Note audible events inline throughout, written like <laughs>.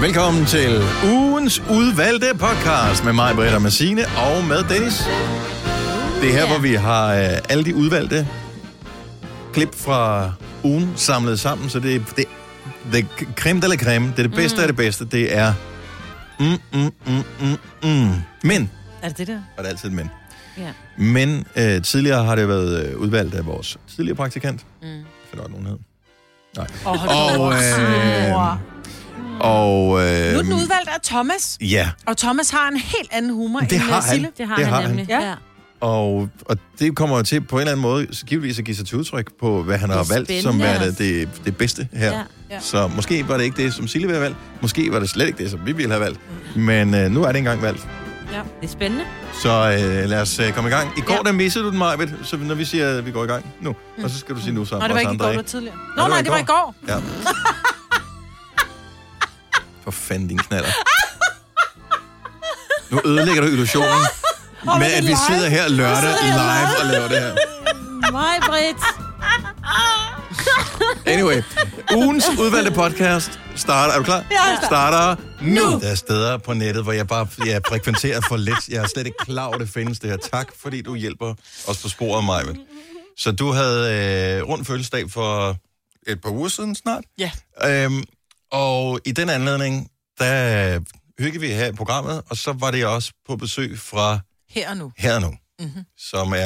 Velkommen til ugens udvalgte podcast med mig, Britta Massine og med Dennis. Det er her, hvor vi har øh, alle de udvalgte klip fra ugen samlet sammen, så det er det, det er creme de la creme. Det er det bedste mm. af det bedste. Det er... Mm, mm, mm, mm, mm. Men, Er det det der? og der er altid et men. Ja. Men øh, tidligere har det været øh, udvalgt af vores tidligere praktikant. Mm. For der nogen hed. Nej. Åh, hold da og, op. øh, og øh, Nu er den udvalgt af Thomas. Ja, Og Thomas har en helt anden humor Det end har øh, han. Sille. Det har Det han har han. nemlig, Ja. ja. og, og det kommer jo til på en eller anden måde givetvis at give sig til udtryk på, hvad han Det er har valgt som spændende. værende det, det bedste her. Ja. Ja. Ja. Så måske var det ikke det, som Silje ville have valgt. Måske var det slet ikke det, som vi ville have valgt. Mm. Men øh, nu er det engang valgt. Det er spændende. Så øh, lad os øh, komme i gang. I går, ja. der missede du den, Majbet, så når vi siger, at vi går i gang nu. Og så skal du sige nu sammen Mm. Nå, det var med os ikke i går, andre, det var tidligere. Nå, nej, det var i går. Ja. <laughs> For fanden, din knaller. Nu ødelægger du illusionen med, det er at vi live. sidder her lørdag Vi sidder live her og laver det her. Mig, <laughs> Britt. Anyway, <laughs> ugens udvalgte podcast starter... Er du klar? Ja. Starter nu. Der er steder på nettet, hvor jeg bare jeg frekventerer for lidt. Jeg er slet ikke klar over, det findes det her. Tak, fordi du hjælper os på sporet, Maja. Så du havde øh, rundt fødselsdag for et par uger siden snart. Ja. Øhm, og i den anledning, der hyggede vi her i programmet, og så var det også på besøg fra Her og nu. Her og Nu, mm-hmm. som er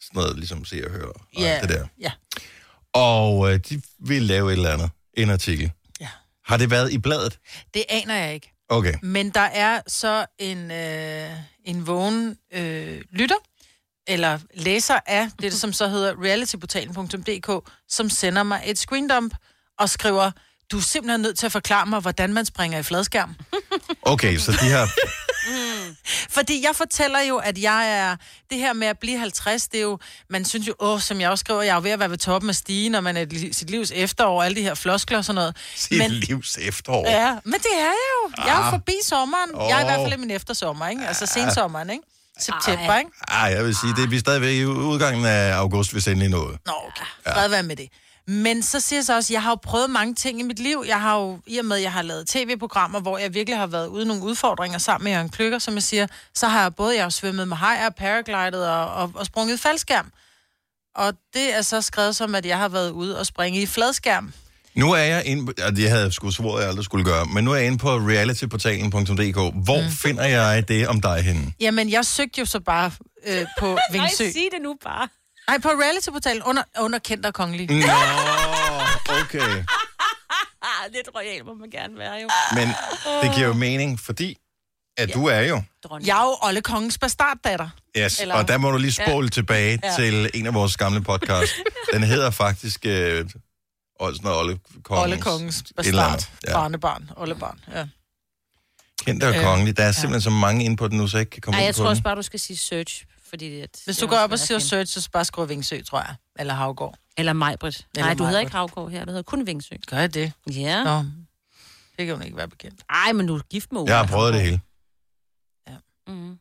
sådan noget, ligesom se og høre og Ja. alt det der. Ja. Og øh, de ville lave et eller andet, en artikel. Ja. Har det været i bladet? Det aner jeg ikke. Okay. Men der er så en, øh, en vågen øh, lytter, eller læser af det, som så hedder realityportalen.dk, som sender mig et screendump og skriver, du er simpelthen nødt til at forklare mig, hvordan man springer i fladskærm. Okay, så de <laughs> har... Fordi jeg fortæller jo, at jeg er... Det her med at blive 50, det er jo... Man synes jo, åh, som jeg også skriver, jeg er jo ved at være ved toppen af stigen, og man er i li- sit livs efterår, alle de her floskler og sådan noget. Sit men... livs efterår. Ja. Ja, men det er jeg jo. Jeg er jo forbi sommeren. Oh. Jeg Åh. er i Ah. hvert fald i min eftersommer, ikke? Altså sensommeren, ikke? September, Ej. ikke? Ej, Ah, jeg vil sige, det er vi stadigvæk i udgangen af august, hvis endelig noget. Nå, okay. Fred være med det. Men så siger jeg så også, jeg har jo prøvet mange ting i mit liv. Jeg har jo, i og med, at jeg har lavet tv-programmer, hvor jeg virkelig har været ude i nogle udfordringer sammen med Jørgen Kløkker, som jeg siger, så har jeg både jeg har svømmet med hajer, paraglidet og, og, og sprunget i faldskærm. Og det er så skrevet som, at jeg har været ude og springe i fladskærm. Nu er jeg inde på, og det havde jeg sgu svoret, jeg aldrig skulle gøre, men nu er jeg inde på realityportalen.dk. Hvor mm. finder jeg det om dig henne? Jamen, jeg søgte jo så bare øh, på Vingsø. sig det nu bare. Nej, på realityportalen under, under kendt og kongelig. Nå, okay. Ah, lidt royal må man gerne være jo. Men det giver jo mening, fordi at du er jo. Dronning. Jeg er jo Olle Kongens bastarddatter. Yes, Eller- Eller... og der må du lige spole ja. tilbage ja. til en af vores gamle podcast. Den hedder faktisk øh, Olsen og Olle Kongens. Olle Kongens et eller andet. bastard. Ja. Barnebarn. Ollebarn. Ja. Kendte og kongelig. Der er simpelthen så mange inde på den nu, så jeg ikke kan komme Ej, ind jeg på tror den. også bare, du skal sige search. Fordi at, Hvis du det går er op og også siger svært at search, så bare skriver Vingsø, tror jeg. Eller Havgård. finde. Eller Majbrit. Eller Nej, du hedder Majbrit. ikke Havgård her, du hedder kun Vingsø. Gør jeg det? Ja. Nå. Det kan hun ikke være bekendt. Nej, men du er gift med Ole Jeg har prøvet det hele. Mm.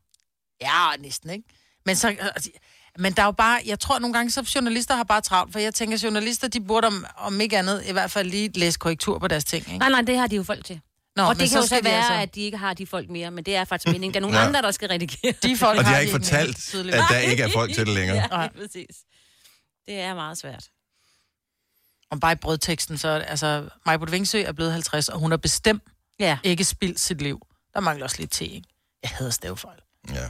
Ja, næsten ikke. Men, så, altså, men der er jo bare, jeg tror nogle gange, så journalister har bare travlt, for jeg tænker, journalister, de burde om, om ikke andet, i hvert fald lige læse korrektur på deres ting, ikke? Nej, nej, det har de jo folk til. Nå, Nå, og men det kan jo så skal de være, altså- altså... at de ikke har de folk mere, men det er faktisk meningen. Der er nogle Ja. ja. andre, der skal redigere. de folk Og de har de ikke mere fortalt, tydeligvis. at der ikke er folk til det længere. <laughs> ja, Nej. lige præcis. Det er meget svært. Om bare i brødteksten, så altså, Majbrit Vingsø er blevet 50, og hun har bestemt Ja. ikke spildt sit liv. Der mangler også lidt te, ikke? Jeg hader stavefejl. Ja.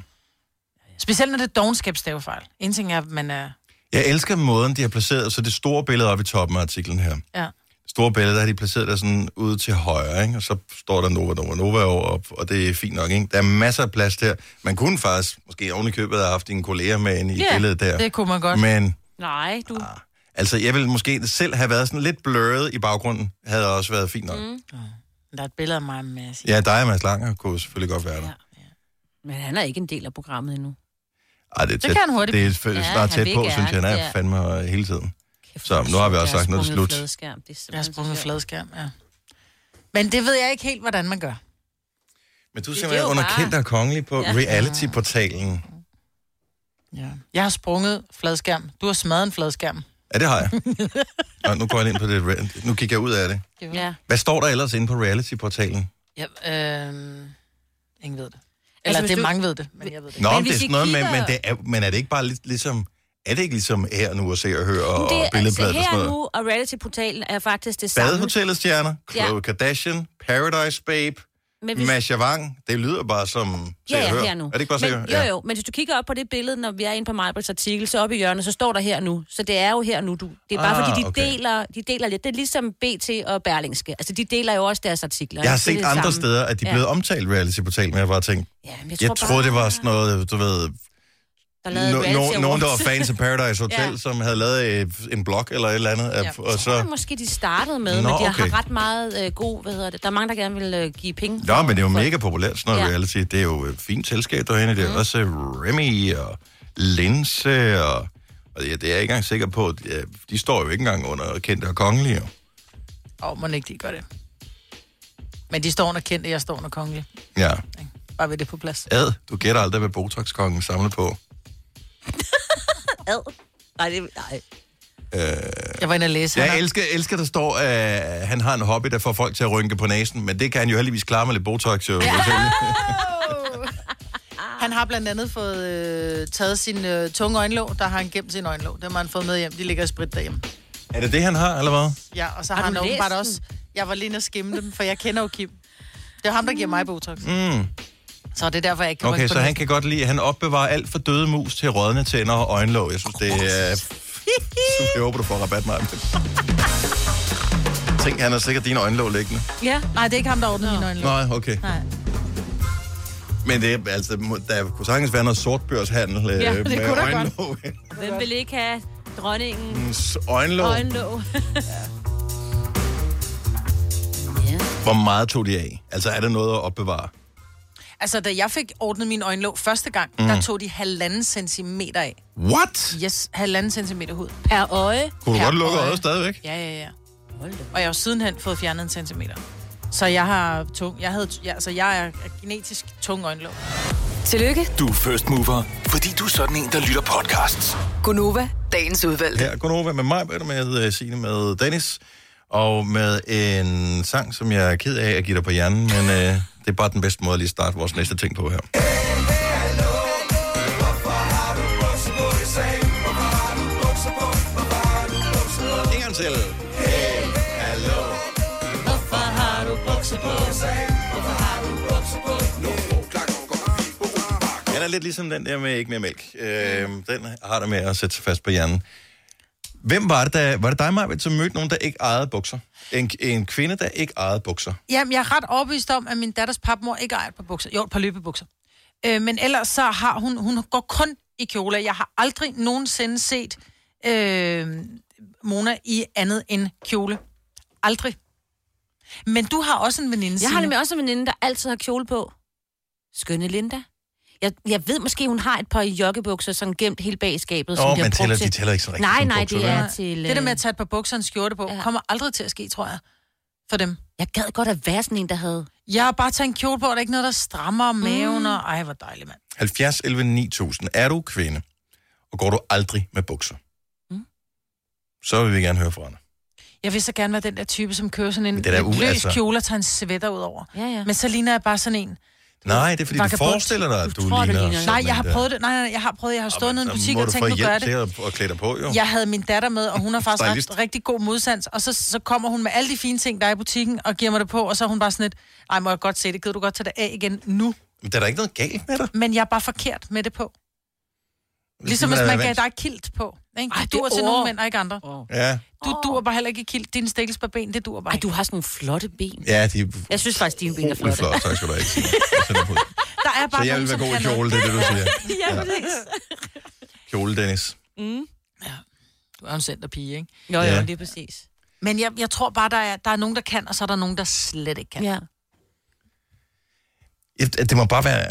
Specielt når det er dogenskabsstavefejl. En ting er, at man er... Jeg elsker måden, de har placeret, så det store billede oppe i toppen af artiklen her. Ja. Det store billede, der har de placeret der sådan ude til højre, ikke? og så står der Nova, Nova, Nova over, og, og det er fint nok. Ikke? Der er masser af plads der. Man kunne faktisk, måske oven i købet, have haft dine kolleger med ind i Ja, billedet der. det kunne man godt. Men Nej, du... altså, jeg ville måske selv have været sådan lidt blurret i baggrunden, havde også været fint nok. Mm. Der er et billede af mig med at sige, Ja, dig og Mads Langer kunne selvfølgelig godt være der. Ja. Men han er ikke en del af programmet endnu. Ej, det, er tæt, kan han hurtigt Det er f- Ja, snart han tæt vil på, gerne, synes jeg, han er ja. fandme øh, hele tiden. Kæft, Så, hvor nu har vi sjovt, også jeg sagt, nu er det sprunget slut. Fladskærm. Det er jeg har sprunget fladskærm. fladskærm, ja. Men det ved jeg ikke helt, hvordan man gør. Men du er Det- simpelthen det er jo underkendt bare- og kongelig på ja. Ja. reality-portalen. Ja. Jeg har sprunget fladskærm. Du har smadret en fladskærm. Ja, det har jeg. Nå, nu går jeg ind på det. re- Nu kigger jeg ud af det. Ja. Hvad står der ellers inde på reality-portalen? Ja, øh, ingen ved det. Eller altså, hvis det du- er mange ved det, men jeg ved det ikke. Nå, men det hvis er vi sådan noget, men, kigger- men, det er, men er det ikke bare lidt, ligesom... Er det ikke ligesom her nu at se og høre og, det og er, altså, billedbladet og her sådan og noget? nu, og reality-portalen er faktisk det samme. Badehotellets stjerner, Ja. Khloe Kardashian, Paradise Babe, Men hvis- Masha Wang. Det lyder bare som se Ja, og ja, høre. her nu. Er det ikke bare se men, og høre? Jo, jo, men hvis du kigger op på det billede, når vi er inde på Majbrits artikel, så oppe i hjørnet, så står der her nu. Så det er jo her nu, du. Det er bare Ah, ah, fordi, de, okay. okay. deler, de deler lidt. Det er ligesom BT og Berlingske. Altså, de deler jo også deres artikler. Jeg har ikke? Så altså, set det er det andre samme. steder, at de er blevet omtalt reality-portalen, men jeg har bare tænkt, Ja, men jeg tror, jeg troede, det var sådan noget, du ved, Der lavede no, no, reality nogen, der var awards. fans af <laughs> Paradise Hotel, Ja. ja. som havde lavet øh, en blog eller et eller andet, ja. Ja. og Det tror jeg så... måske, de startede med, Nå, Nå, men de okay. har ret meget øh, god, hvad hedder det. Der er mange, der gerne vil øh, give penge. Nå, men det er jo mega populært, sådan noget ja. Ja. reality. Det er jo et fint selskab derinde. Det er mm. også øh, Remy og Linse og... og ja, det er jeg ikke engang sikker på. at, ja, De står jo ikke engang under kendte og kongelige. jo. Åh, oh, må ikke de gør det. Men de står under kendte, jeg står under kongelig. Ja. ikke? Bare ved det på plads. Ad, du gætter aldrig, hvad Botox-kongen samler på. Ad. Nej, det, nej. Jeg var inde og læse. Ja, han jeg har- elsker, elsker der står, at han har en hobby, der får folk til at rynke på næsen, men det kan han jo heldigvis klare med lidt Botox. Jo. Ja. <laughs> Han har blandt andet fået øh, taget sin øh, tunge øjenlåg, der har han gemt sin øjenlåg. Dem har han fået med hjem. De ligger i sprit derhjemme. Er det det, han har, eller hvad? Ja, og så har, Har han du læst åbenbart den? også... Jeg var lige inde og skimme dem, for jeg kender jo Kim. Det er ham, der giver mig Botox. Mm. Så det er derfor, jeg ikke kan Okay, rykke så på han kan godt lide, at han opbevarer alt for døde mus til rådne tænder og øjenlåg. Jeg synes, det <laughs> er... Super, jeg håber, du får rabat, mig. Tænk, han har sikkert dine øjenlåg liggende. Ja. Nej, det er ikke ham, der ordner mine øjenlåg. Nej, okay. Nej. Men det, er- altså, må- der kunne sagtens være noget sortbørshandel øh, Ja, det med kunne der øjenlåg. Hvem vil ikke have dronningen øjenlåg. øjenlåg? ja. Hvor meget tog de af? Altså, er der noget at opbevare? Altså, da jeg fik ordnet min øjenlåg første gang, mm. der tog de halvanden centimeter af. What? Yes, halvanden centimeter hud. Per øje. Kunne du Per godt lukke øje. øjet stadigvæk? Ja, ja, ja. Hold da. Og jeg har jo sidenhen fået fjernet en centimeter. Så jeg har tung... Jeg, havde, ja, altså, jeg er genetisk tung øjenlåg. Tillykke, Du er first mover, fordi du er sådan en, der lytter podcasts. Gunova, dagens udvalgte. Her er Gunova med mig, Britta, med øh, Signe, med Dennis, og med en sang, som jeg er ked af at give dig på hjernen, men øh, det er bare den bedste måde at lige starte vores næste ting på her. En gang til. Den er lidt ligesom den der med ikke mere mælk. Øh, den har der med at sætte sig fast på hjernen. Hvem var det, der, var det dig, Maja, som mødte nogen, der ikke ejede bukser? En, en kvinde, der ikke ejede bukser. Jamen, jeg er ret overbevist om, at min datters papmor ikke ejer et par bukser. Jo, et par løbebukser. Øh, men ellers så har hun... Hun går kun i kjole. Jeg har aldrig nogensinde set øh, Mona i andet end kjole. Aldrig. Men du har også en veninde, Jeg har Signe. nemlig også en veninde, der altid har kjole på. Skønne Linda. Jeg, jeg ved måske, hun har et par joggebukser, som gemt helt bag i skabet. som Åh, bliver men brugt tæller, til- de tæller ikke så rigtigt. Nej, som nej, bukser, det vel? er til... Det der med øh, at tage et par bukser og en skjorte på, Ja. ja. kommer aldrig til at ske, tror jeg, for dem. Jeg gad godt at være sådan en, der havde... Jeg har bare taget en kjole på, og der er ikke noget, der strammer Mm. maven, og ej, hvor dejligt, mand. 70, 11, 9000. Er du kvinde, og går du aldrig med bukser? Mm. Så vil vi gerne høre fra dig. Jeg vil så gerne være den der type, som kører sådan en Men det er da en u- løs altså- kjole og tager en sweater ud over. Ja, ja. Men så ligner jeg bare sådan en. Nej, det er fordi, du Vagabond. forestiller dig, at du, Du tror, du ligner... ligner- sådan Nej, en jeg har der. prøvet det. Nej, nej, jeg har prøvet. Jeg har øh, Nå, stået nede i men en så butik må og du tænkt, få nu gør hjælp jeg til det. at, at klæde dig på, jo. Jeg havde min datter med, og hun har faktisk Stylist. ret, rigtig god modsans. Og så, så kommer hun med alle de fine ting, der er i butikken, og giver mig det på, og så er hun bare sådan lidt, ej, må jeg godt se det, gider du godt tage det af igen nu? Men der er da ikke noget galt med dig. Men jeg er bare forkert med det på. Ligesom Det hvis er man vant- gav dig kilt på. Ikke? Ej, Ej, det du duer til er over. nogle mænd, og ikke andre. Oh. Ja. Du duer bare heller ikke i kilt. Din stikkelsbarben, det duer bare Ej, ikke. du har sådan nogle flotte ben. ja, de er Jeg synes faktisk, dine ben er utrolig flotte. flotte. Tak skal du have. Signe. Jeg <laughs> sætter på. Der er bare Så jeg nogen, vil være som god i kan kjole, noget. det er det, du siger. ja, præcis. Kjole, Dennis. Du er en centerpige, ikke? Jo, jo, Ja. lige præcis. Men jeg, jeg tror bare, der er, der er nogen, der kan, og så er der nogen, der slet ikke kan. Ja. Ja, Det må bare være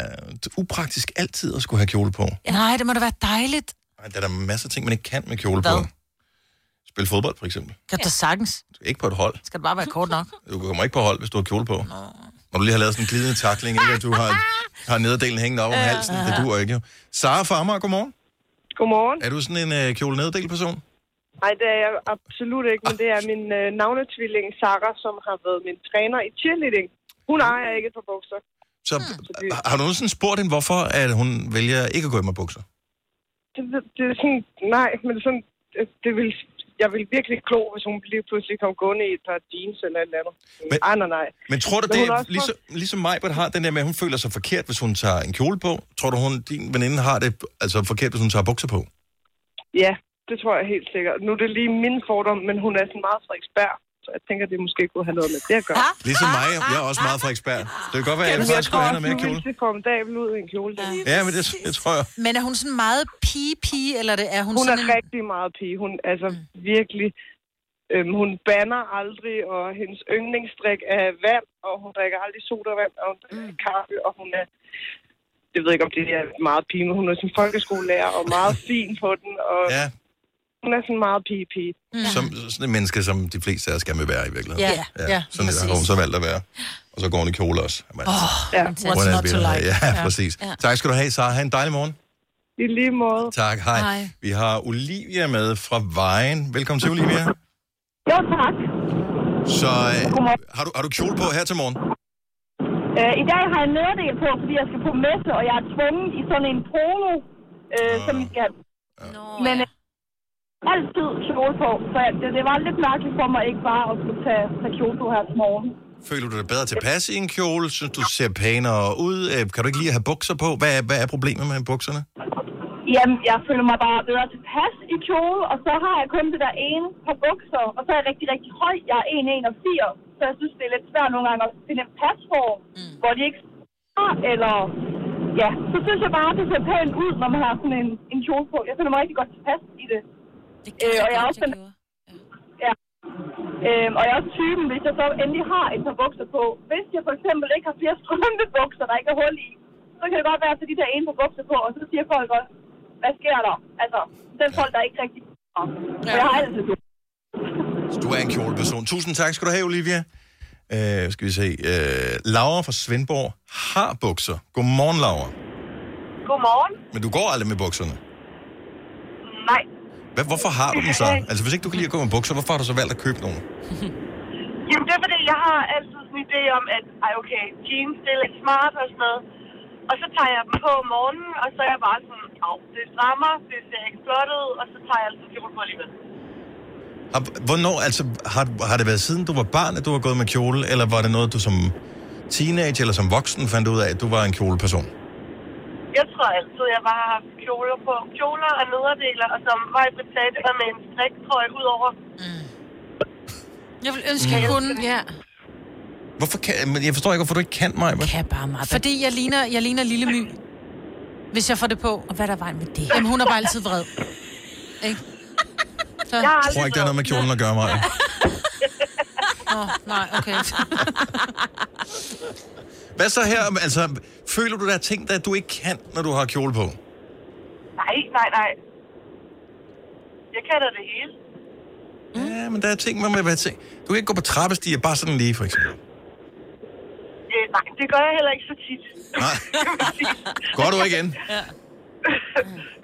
upraktisk altid at skulle have kjole på. Ja. Nej, det må da være dejligt. Ej, Der er der masser af ting, man ikke kan med kjole Hvad? på. Spille fodbold, for eksempel. Kan du da sagtens? Du er Ikke på et hold. Skal det bare være kort nok? Du kommer ikke på hold, hvis du har kjole på. Når du lige har lavet sådan en glidende takling, ikke? At du har, har nederdelen hængende op om halsen. Det duer ikke, jo. Sara fra Amager, godmorgen. Godmorgen. Er du sådan en øh, kjole neddel person? Nej, det er jeg absolut ikke, men det er min øh, navnetvilling, Sara, som har været min træner i cheerleading. Hun ejer ikke et par bukser. Så har- har du nogensinde spurgt hende, hvorfor at hun vælger ikke at gå i med bukser? Det, det, det er sådan, nej, men sådan, det, det vil, jeg vil virkelig klo, hvis hun lige pludselig kom gående i et par jeans eller et eller andet. Men, Men- Ej, nej, nej. Men tror du, Men det hun har er, også ligesom, ligesom Majbert har den der med, at hun føler sig forkert, hvis hun tager en kjole på? Tror du, hun, din veninde har det altså forkert, hvis hun tager bukser på? Ja, det tror jeg helt sikkert. Nu er det lige min fordom, men hun er sådan meget Frederiksberg, så jeg tænker, det måske kunne have noget med det at gøre. Ah, Ligesom mig, jeg er også ah, meget fra ekspert. Det kan godt være, at jeg faktisk skulle have noget mere kjole. ville se formidabel ud i en kjole. Ja. Ja, men det, det tror jeg. <laughs> Men er hun sådan meget pige-pige, eller det, er hun, Hun er sådan en... rigtig meget pige. Hun altså virkelig... Øhm, hun banner aldrig, og hendes yndlingsdrik er vand, og hun drikker aldrig sodavand, og hun drikker mm. kaffe, og hun er... Jeg ved ikke, om det er meget pige, men hun er sådan folkeskolelærer, og meget fin på den, og ja. Ja, hun er sådan meget pige-pige. som sådan en menneske, som de fleste af os gerne vil være i virkeligheden. Ja, Mm. ja, sådan præcis. det har hun så valgt at være. Og så går hun i kjole også. Oh, Ja, What's not to like? Ja, ja, præcis. Ja. Tak skal du have, Sara. Ha' en dejlig morgen. i lige måde. Tak, hej. Hej. Vi har Olivia med fra Vejen. Velkommen til, Olivia. Jo, tak. Så øh, har, du, har du kjole på her til morgen? Øh, I dag har jeg nederdel på, fordi jeg skal på messe, og jeg er tvunget i sådan en polo, øh, som vi skal have Nå, Men, ja. øh, altid kjole på. Så jeg, det, det, var lidt mærkeligt for mig ikke bare at skulle tage, tage kjole på her til morgen. Føler du dig bedre tilpas i en kjole? Synes du ser pænere ud? Øh, Kan du ikke lige have bukser på? Hvad er, hvad er problemet med bukserne? Jamen, jeg føler mig bare bedre tilpas i kjole, og så har jeg kun det der ene par bukser, og så er jeg rigtig, rigtig høj. Jeg er 1,81, så jeg synes, det er lidt svært nogle gange at finde en pasform, mm. hvor de ikke sidder, eller... Ja, så synes jeg bare, det ser pænt ud, når man har sådan en, en kjole på. Jeg føler mig rigtig godt tilpas i det. Det kan jeg Øh, og jeg er godt, også jeg den- gjorde. Øhm, og jeg er også typen, hvis jeg så endelig har et par bukser på. Hvis jeg for eksempel ikke har flere strømpebukser, der ikke er hul i, så kan det godt være, at jeg tager de der ene par bukser på, og så siger folk også, hvad sker der? Altså, den folk, der ikke rigtig ja. For jeg har altid det. Så Du er en kjoleperson. Tusind tak skal du have, Olivia. Øh, skal vi se. Øh, Laura fra Svendborg har bukser. Godmorgen, Laura. Godmorgen. Men du går aldrig med bukserne. Nej. Hvad, hvorfor har du dem så? Altså, hvis ikke du kan lide at gå med bukser, hvorfor har du så valgt at købe nogle? Jamen, det er fordi, jeg har altid sådan en idé om, at ej, okay, jeans, det er lidt smart og sådan noget. Og så tager jeg dem på om morgenen, og så er jeg bare sådan, au, det strammer, det ser ikke flot ud, og så tager jeg altid kjole på alligevel. Har, hvornår, altså, har, har det været siden du var barn, at du har gået med kjole, eller var det noget, du som teenage eller som voksen fandt ud af, at du var en kjoleperson? Jeg tror altid, jeg bare har haft kjoler på. Kjoler og nederdeler, og som var i sagde, det var med en striktrøje ud over. Jeg vil ønske, Mm. at jeg kunne... Ja. Hvorfor kan, men jeg forstår ikke, hvorfor du ikke kan mig. Kan bare meget. Fordi... Fordi jeg ligner, jeg ligner Lille My, hvis jeg får det på. Og hvad er der vej med det? Jamen, hun er bare altid vred. Ikke? Så, Jeg har Jeg tror aldrig ikke, det har noget med kjolen at gøre, mig. nå, nej, okay. <laughs> Hvad så her? Altså, føler du, der er ting, der du ikke kan, når du har kjole på? Mm. Nej, nej, nej. Jeg kan da det hele. Mm. Ja, men der er ting, man må være ting. Du kan ikke gå på trappestiger bare sådan lige, for eksempel. Øh, nej, det gør jeg heller ikke så tit. <laughs> Nej. Går du igen?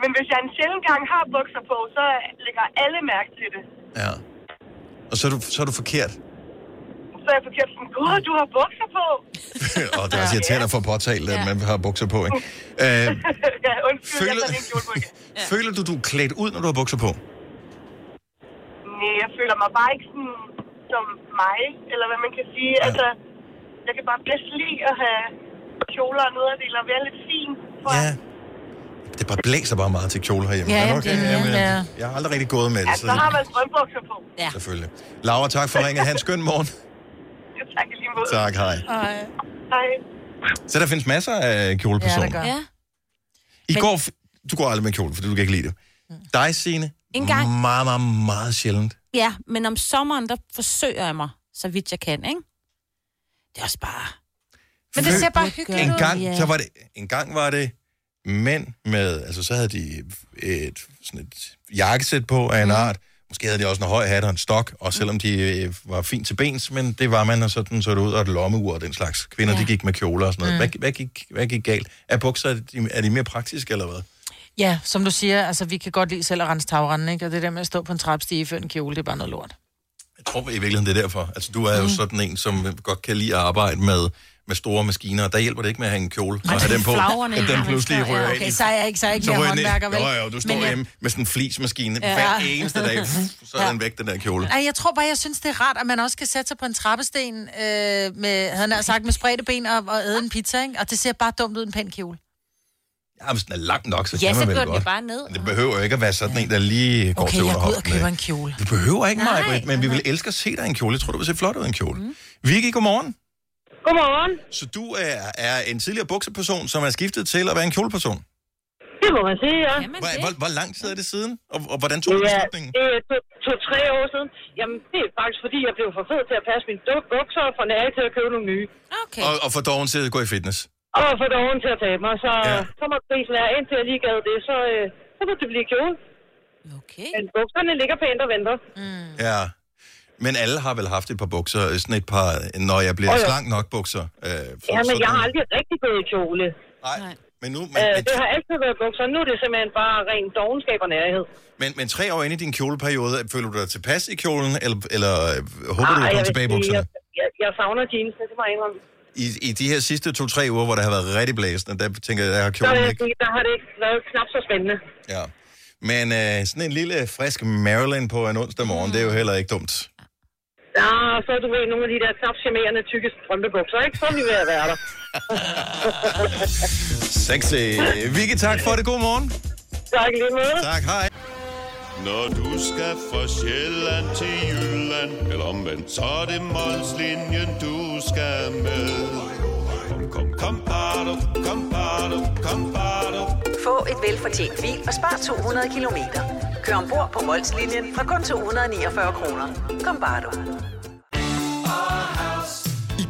Men hvis jeg en sjældent gang har bukser på, så lægger alle mærke til det. Ja. Og så er du, så er du forkert. <laughs> Så er jeg forkert sådan, gud, du har bukser på. <laughs> og det er også irriterende at få påtalt, at man har bukser på, <laughs> ikke? Øh, ja, undskyld, jeg Føler- tager din kjole på igen. føler du, du er klædt ud, når du har bukser på? Nej, jeg føler mig bare ikke sådan som mig, eller hvad man kan sige. Ja. Altså, jeg kan bare bedst lide at have kjoler og nederdeler og være lidt fin. tror jeg. Ja. Det bare blæser bare meget til kjole herhjemme. Ja, Men ja, det- jamen, ja. Jeg har aldrig rigtig gået med Ja, det, så Altså, har så man strømbukser på. <laughs> Ja. selvfølgelig. Laura, tak for ringet. Ha' en skøn morgen. Ja, tak i lige måde. Tak, hej. Ej. Hej. Så der findes masser af kjolepersoner. Ja, der Ja. I går, f- du går aldrig med kjole, fordi du kan ikke lide det. Mm. Dig, Signe, En gang. meget, meget, meget sjældent. ja, men om sommeren, der forsøger jeg mig, så vidt jeg kan, ikke? Det er også bare... Men det ser Gør bare en du? hyggeligt ud. gang, Ja. så var det, en gang var det mænd med, altså så havde de et, sådan et jakkesæt på Mm. af en art. Måske havde de også en høj hat og en stok, og selvom de øh, var fint til bens, men det var man, og sådan så det ud, og et lommeur og den slags. Kvinder, ja. de gik med kjoler og sådan noget. Mm. Hvad, hvad, gik, hvad gik galt? Er bukser, er de, er de mere praktiske eller hvad? <laughs> Ja, som du siger, altså, vi kan godt lide selv at rense tagrenden, ikke? Og det der med at stå på en trappestige før en kjole, det er bare noget lort. tror i virkeligheden, det er derfor. Altså, du er jo sådan en, som godt kan lide at arbejde med, med store maskiner, og der hjælper det ikke med at have en kjole og have den på, flagrene at har den man pludselig stadig. rører Ja, ind i Okay, så er jeg ikke, så er jeg ikke Så mere rører den håndværker, ind. vel? Jo, jo, du står Men jeg- hjemme med sådan en flismaskine ja. hver eneste dag, så er den væk, den der kjole. Ej, jeg tror bare, jeg synes, det er rart, at man også kan sætte sig på en trappesten øh, med, havde han sagt, med spredte ben og, og æde en pizza, ikke? Og det ser bare dumt ud i en pæn kjole. Ja, hvis den er lang nok, så Ja, kan så man går vel den jo godt. bare ned. Men Det behøver jo ikke at være sådan en, der lige går Okay, til jeg går ud og underholdene. køber en kjole. Du behøver ikke Nej, meget, men vi vil elske at se dig i en kjole. Jeg tror, du vil se flot ud i en kjole. Mm. Vicky, godmorgen. Godmorgen. Så du er, er en tidligere bukseperson, som er skiftet til at være en kjoleperson. Det må man sige, ja. Jamen, Hvor, det. hvor, hvor lang tid er det siden, og, og hvordan tog Det du er, beslutningen? det er to- to-tre år siden. Jamen, det er faktisk fordi, jeg blev for fed til at passe mine duk- bukser og for nære til at købe nogle nye. Okay. Mm. Og, og for doven til at gå i fitness. Og for doven til at tabe mig, så, Ja. ja. så må prisen være, indtil jeg lige gad det, så, øh, så må det blive kjole. Okay. Men bukserne ligger pænt og venter. Ja. Men alle har vel haft et par bukser, øh, sådan et par, når jeg bliver Åh, jo. slank nok bukser. Øh, for Ja, men sådan jeg har nogle- aldrig rigtig gået i kjole. Nej, Nej. men nu... Men, Øh, men, det har altid været bukser. Nu er det simpelthen bare ren dogenskab og nærhed. men, men tre år inde i din kjoleperiode, føler du dig tilpas i kjolen, eller, eller øh, håber du, Ej, du kommer vil tilbage i sige, bukserne? jeg, jeg, jeg savner jeansene, det må jeg indrømme. I, I de her sidste to-tre uger, hvor det har været rigtig blæsende, der tænker jeg, der har Der, vil kjolen jeg ikke... sige, øh, der har det ikke været knap så spændende. Ja. Men øh, sådan en lille, frisk Maryland på en onsdag morgen, mm. det er jo heller ikke dumt. Ja, og så du ved, nogle af de der knap charmerende, tykke strømpebukser, ikke? Så er vi ved at være der. Sexy. Vicky, tak for det. God morgen. Tak i lige måde. Tak, hej. Når du skal fra Sjælland til Jylland, eller omvendt, så er det Molslinjen, du skal med. Kom, kom, kom, bado, kom, bado, kom, bado. Få et velfortjent bil og spar 200 kilometer. Kør ombord på Molslinjen fra kun 249 kroner. Kom bare du. I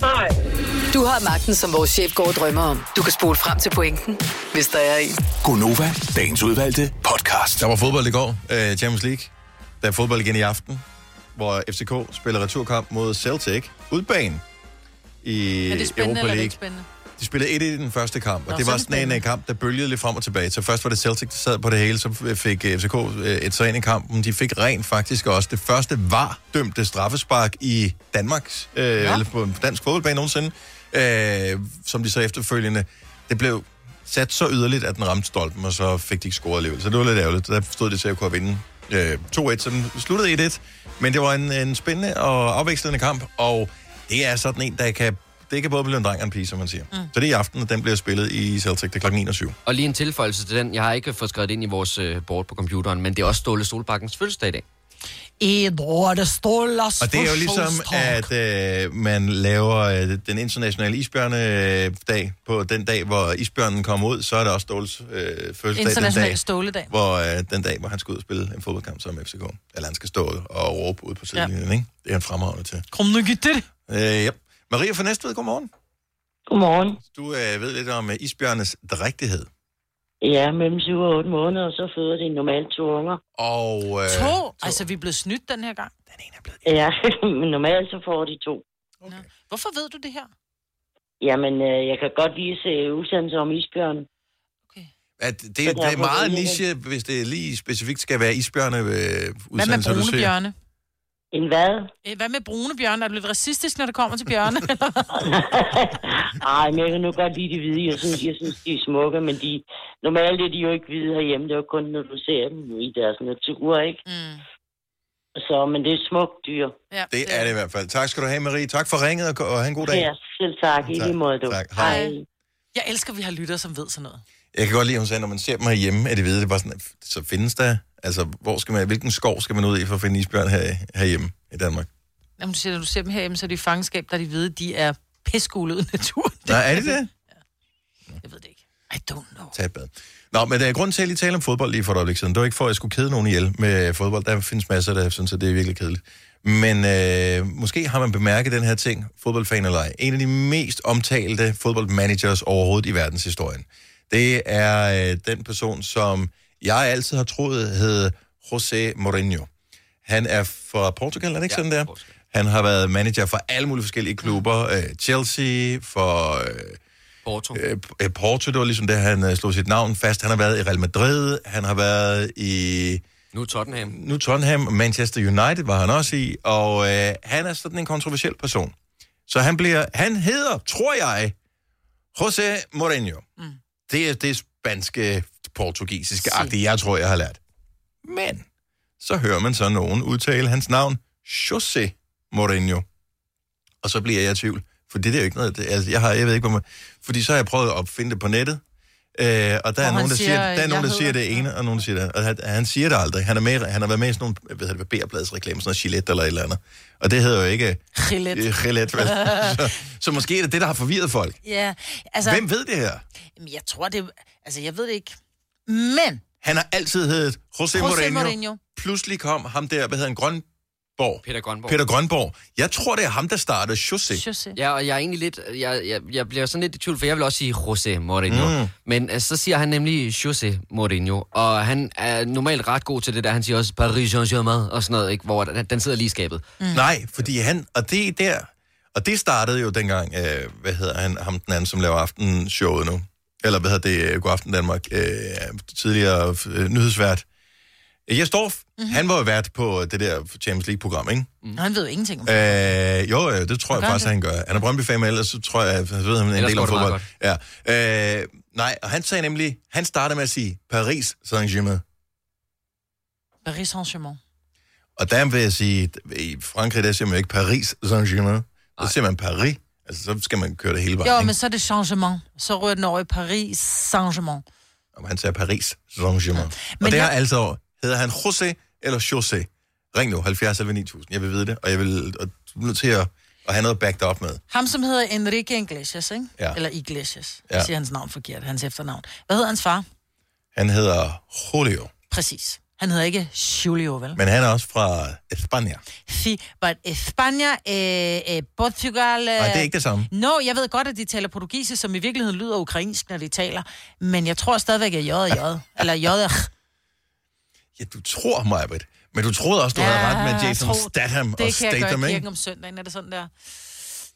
Nej. Du har magten, som vores chef går og drømmer om. Du kan spole frem til pointen, hvis der er en. Gonova, dagens udvalgte podcast. Der var fodbold i går, øh, Champions League. Der er fodbold igen i aften, hvor FCK spiller returkamp mod Celtic. Udbane i Er det Europa spændende, eller er det League. ikke spændende? De spillede 1-1 i den første kamp, og Nå, det så er var det sådan en spændende. øh, kamp, der bølgede lidt frem og tilbage. Så først var det Celtic, der sad på det hele, så fik øh, FCK øh, et så ind i kampen. De fik rent faktisk også det første var dømte straffespark i Danmarks, øh, eller på en dansk fodboldbane nogensinde, øh, som de så efterfølgende, det blev sat så yderligt, at den ramte stolpen, og så fik de ikke scoret alligevel. Så det var lidt ærgerligt. Der stod det til at kunne vinde øh, 2-1, så den sluttede 1-1. Men det var en, en spændende og afvekslende kamp, og det er sådan en, der kan det kan både blive en dreng og en pige, som man siger. Mm. Så det er i aften, og den bliver spillet i Celtic. Det er klokken 21. Og lige en tilføjelse til den. Jeg har ikke fået skrevet det ind i vores øh, board på computeren, men det er også Ståle Solbakkens fødselsdag i dag. Edward Stolas Og det er jo ligesom, at øh, man laver øh, den internationale isbjørnedag på den dag, hvor isbjørnen kommer ud, så er det også Ståles øh, fødselsdag den dag, International ståledag. hvor, øh, den dag, hvor han skal ud og spille en fodboldkamp sammen med FCK. Eller han skal stå og råbe ud på sidelinjen, ja. ikke? Det er han fremragende til. Kom nu, giv det. Øh, ja. Maria fra Næstved, godmorgen. Godmorgen. Du øh, ved lidt om øh, isbjørnes drægtighed. Ja, mellem 7 og 8 måneder, så føder de normalt to unger. Og, øh, To. Altså, vi er blevet snydt den her gang. Ja, <laughs> men normalt så får de to. Hvorfor ved du det her? Jamen, øh, jeg kan godt vise øh, udsendelser om isbjørn. At det, det er derfor meget ved jeg niche, hvis det lige specifikt skal være isbjørne øh, Hvad med udsendelser, du brune ser. bjørne? En hvad? Øh, Hvad med brune bjørne? Er du lidt racistisk, når det kommer til <laughs> bjørne? eller hvad? <laughs> Ej, men jeg kan nu godt lide de hvide. Jeg synes, jeg synes de er smukke, men de, normalt er de jo ikke hvide herhjemme. Det er jo kun, når du ser dem i deres natur, ikke? mm. Så, men det er et smukt dyr. Ja, det er det i hvert fald. Tak skal du have, Marie. Tak for ringet, og- og have en god dag. Ja, selv tak. I Tak. lige måde, du. Tak. Hej. Jeg elsker, at vi har lyttere, som ved sådan noget. Jeg kan godt lide, at hun sagde, når man ser dem herhjemme, at de ved, det er bare sådan, så findes der, altså, hvor skal man, hvilken skov skal man ud i for at finde isbjørn her, herhjemme i Danmark? Jamen, du siger, når du ser dem herhjemme, så er de i fangenskab, der de ved, de er pissegule ud i naturen. Nej, er det det? I don't know. Tag et bad. Nå, men der er grund til, at jeg lige taler om fodbold lige for et øjeblik siden. Det var ikke for, at jeg skulle kede nogen ihjel med fodbold. Der findes masser, der synes, at det er virkelig kedeligt. Men øh, måske har man bemærket den her ting, fodboldfan eller ej. En af de mest omtalte fodboldmanagers overhovedet i verdenshistorien. Det er øh, den person, som jeg altid har troet hed José Mourinho. Han er fra Portugal, er det ikke ja, sådan der? Han har været manager for alle mulige forskellige klubber. Øh, Chelsea, for... Øh, Porto. Øh, øh, Porto, det var ligesom det, han øh, slog sit navn fast. Han har været i Real Madrid, han har været i... Nu Tottenham. Nu Tottenham, Manchester United var han også i, og øh, han er sådan en kontroversiel person. Så han bliver... Han hedder, tror jeg, José Mourinho. Mm. Det er det spanske, portugisiske agtige, jeg tror, jeg har lært. Men så hører man så nogen udtale hans navn, José Mourinho. Og så bliver jeg i tvivl, for det der er jo ikke noget... Det, altså, jeg, har, jeg ved ikke, hvor man... Fordi så har jeg prøvet at opfinde det på nettet, øh, og der er han nogen, der siger, siger, der er jeg nogen, der hedder- siger det ene, og nogen, der siger det andet. Og han, han siger det aldrig. Han, er med, han har været med i sådan nogle, hvad hedder det, barberbladsreklamer, sådan noget Gillette eller et eller andet. Og det hedder jo ikke... Gillette. Øh, Gillette, <laughs> vel? så, så måske er det det, der har forvirret folk. Ja, Altså, altså... Hvem ved det her? Jamen, jeg tror, det... Altså, jeg ved det ikke. Men... Han har altid heddet José, José Mourinho. Mourinho. Pludselig kom ham der, hvad hedder han, Grønborg? Peter Grønborg. Peter Grønborg. Jeg tror, det er ham, der startede José. Ja, og jeg er egentlig lidt, øh, jeg, jeg, jeg bliver sådan lidt i tvivl, for jeg vil også sige José Mourinho. Mm. Mm. Men øh, så siger han nemlig José Mourinho, og han er normalt ret god til det der, han siger også Paris Saint-Germain og sådan noget, ikke? hvor den, den sidder lige i skabet. Mm. Nej, fordi han, og det er der, og det startede jo dengang, øh, hvad hedder han, ham den anden, som laver aftenshowet nu, eller hvad hedder det, øh, God Aften Danmark, øh, tidligere øh, nyhedsvært. Jesdorf, Mhm. mm-hmm. han var jo vært på det der Champions League-program, ikke? Mm. Han ved jo ingenting om det. Øh, jo, øh, det tror jeg Gør han faktisk, det? han gør. Han er Brøndby-fan, men ellers så tror jeg, at han ved han en Ellers del om går det meget fodbold. Ja. Øh, nej, og han sagde nemlig, han startede med at sige Paris Saint-Germain. Paris Saint-Germain. Og der vil jeg sige, at i Frankrig, der siger man jo ikke Paris Saint-Germain. Så siger man Paris. Altså, så skal man køre det hele vejen. Jo, ikke? men så er det Saint-Germain. Så rører den over i Paris Saint-Germain. Om han sagde Paris Saint-Germain. og Men det jeg- har altså, hedder han José eller José? Ring nu, 70 11 9000. Jeg vil vide det, og jeg vil og du er nødt til at, at have noget at back dig op med. Ham, som hedder Enrique Iglesias, ikke? Ja. Eller Iglesias. Ja. Ja. siger hans navn forkert, hans efternavn. Hvad hedder hans far? Han hedder Julio, Præcis. Han hedder ikke Julio, vel? men han er også fra Spanien. Sí, but España, eh, eh, Portugal... Eh... Nej, det er ikke det samme. No, jeg ved godt, at de taler portugisisk, som i virkeligheden lyder ukrainsk, når de taler. Men jeg tror stadigvæk, at jeg er <laughs> jød. eller jød. Ja, du tror mig, Britt. Men du troede også, du ja, havde ret med Jason Statham det og Det kan jeg Statham, gøre i kirken ikke? om søndagen, er det sådan der.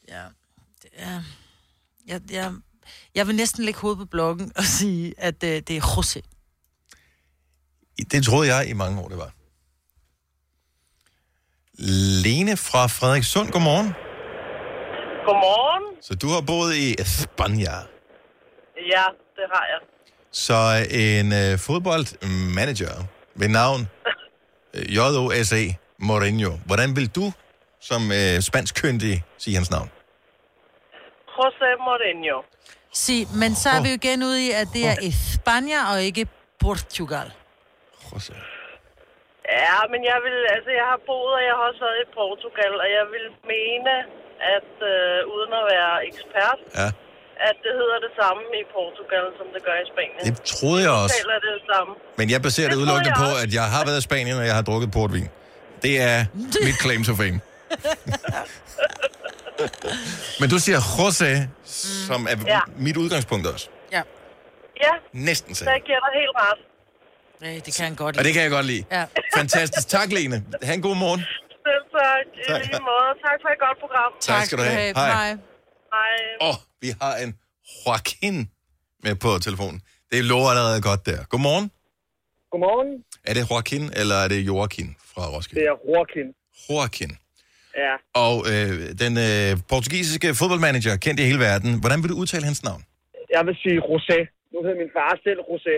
Ja, det er... Jeg, jeg, jeg vil næsten lægge hovedet på blokken og sige, at øh, det er Jose. Det troede jeg i mange år, det var. Lene fra Frederikssund, godmorgen. Godmorgen. Så du har boet i Spanien. Ja, det har jeg. Så en øh, fodboldmanager ved navn øh, J.O.S.E. Mourinho. Hvordan vil du som øh, spansk køndig sige hans navn? José Mourinho. Sig, men så er vi jo igen ude i, at det er España og ikke Portugal. Ja, men jeg vil, altså jeg har boet, og jeg har også været i Portugal, og jeg vil mene, at øh, uden at være ekspert, Ja. at det hedder det samme i Portugal, som det gør i Spanien. Det troede jeg også. Det taler det samme. Men jeg baserer det, Det udelukkende troede på, jeg at jeg har været i Spanien, og jeg har drukket portvin. Det er mit claim to fame. Men du siger José, som er Ja. mit udgangspunkt også. Ja. Ja, Næsten så sagde jeg giver dig helt ret. Ja, Øh, det kan han godt Og det kan jeg godt lide. Ja. Fantastisk. Tak, Lene. Ha' en god morgen. Selv tak, i Tak. lige måde. Tak for et godt program. Tak Tak skal du skal have. du have. Hej. Hej. Og vi har en Joaquin med på telefonen. Det lover allerede godt der. Godmorgen. Godmorgen. Er det Joaquin, eller er det Joaquin fra Roskilde? Det er Rorkin. Joaquin. Ja. Og øh, den øh, portugisiske fodboldmanager, kendt i hele verden. Hvordan vil du udtale hans navn? Jeg vil sige Rosé. Nu hedder min far selv Rosé.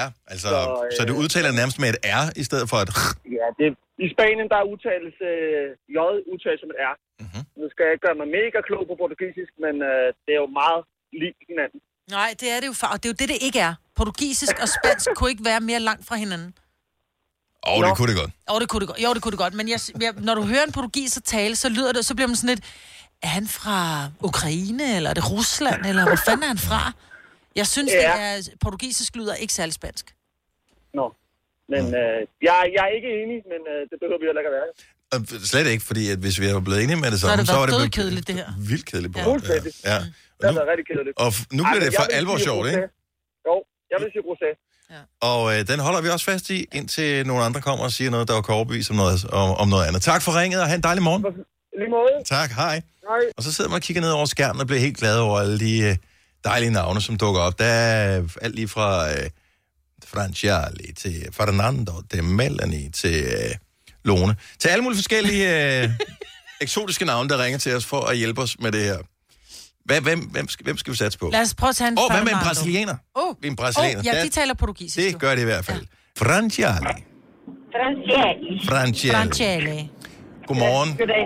Ja, altså, Så, så, øh, øh... så du udtaler nærmest med et R i stedet for et R. Ja, det, i Spanien, der er udtales øh, J udtales som et R. Mhm. Mm-hmm. Nu skal jeg ikke gøre mig mega klog på portugisisk, men øh, det er jo meget lig hinanden. Nej, det er det jo, far. Og det er jo det, det ikke er. Portugisisk og spansk kunne ikke være mere langt fra hinanden. Åh, oh, det kunne det godt. Jo, det kunne det godt. Jo, det kunne det godt. Men jeg, jeg, når du hører en portugiser tale, så lyder det, så bliver man sådan lidt, er han fra Ukraine, eller er det Rusland, eller hvor fanden er han fra? Jeg synes, ja. det Ja. er, portugisisk lyder ikke særlig spansk. Nå. Men øh, jeg, jeg er ikke enig, men øh, det behøver vi heller ikke at være. Og øh, Slet ikke, fordi at hvis vi var blevet enige med det Så har samme, det så var været det dødkedeligt, det her. vildt kedeligt. Ja. program, det her. Fuldstændig. Ja. Det har været rigtig kedeligt. Og f- nu bliver det men jeg for vil sige alvor sjovt, rosé. ikke? Jo, jeg vil sige rosé. Og øh, den holder vi også fast i, indtil nogle andre kommer og siger noget, der kan overbevise om noget, om, om noget andet. Tak for ringet, og have en dejlig morgen. Lige måde. Tak, hej. Hej. Og så sidder man og kigger ned over skærmen og bliver helt glad over alle de øh, dejlige navne, som dukker op. Der er øh, alt lige fra øh, Franciali til Fernando, til Melanie, til øh, Lone. Til alle mulige forskellige øh, eksotiske navne, der ringer til os for at hjælpe os med det her. Hvem, hvem, hvem, skal, hvem skal vi satse på? Lad os prøve at tage en Åh, hvad med en Fernando. brasilianer? Åh, En brasilianer. Åh, ja, de Der- taler portugisisk. Det gør det i hvert fald. Franciali. Franciali. Franciali. Franciali. Godmorgen. Goddag.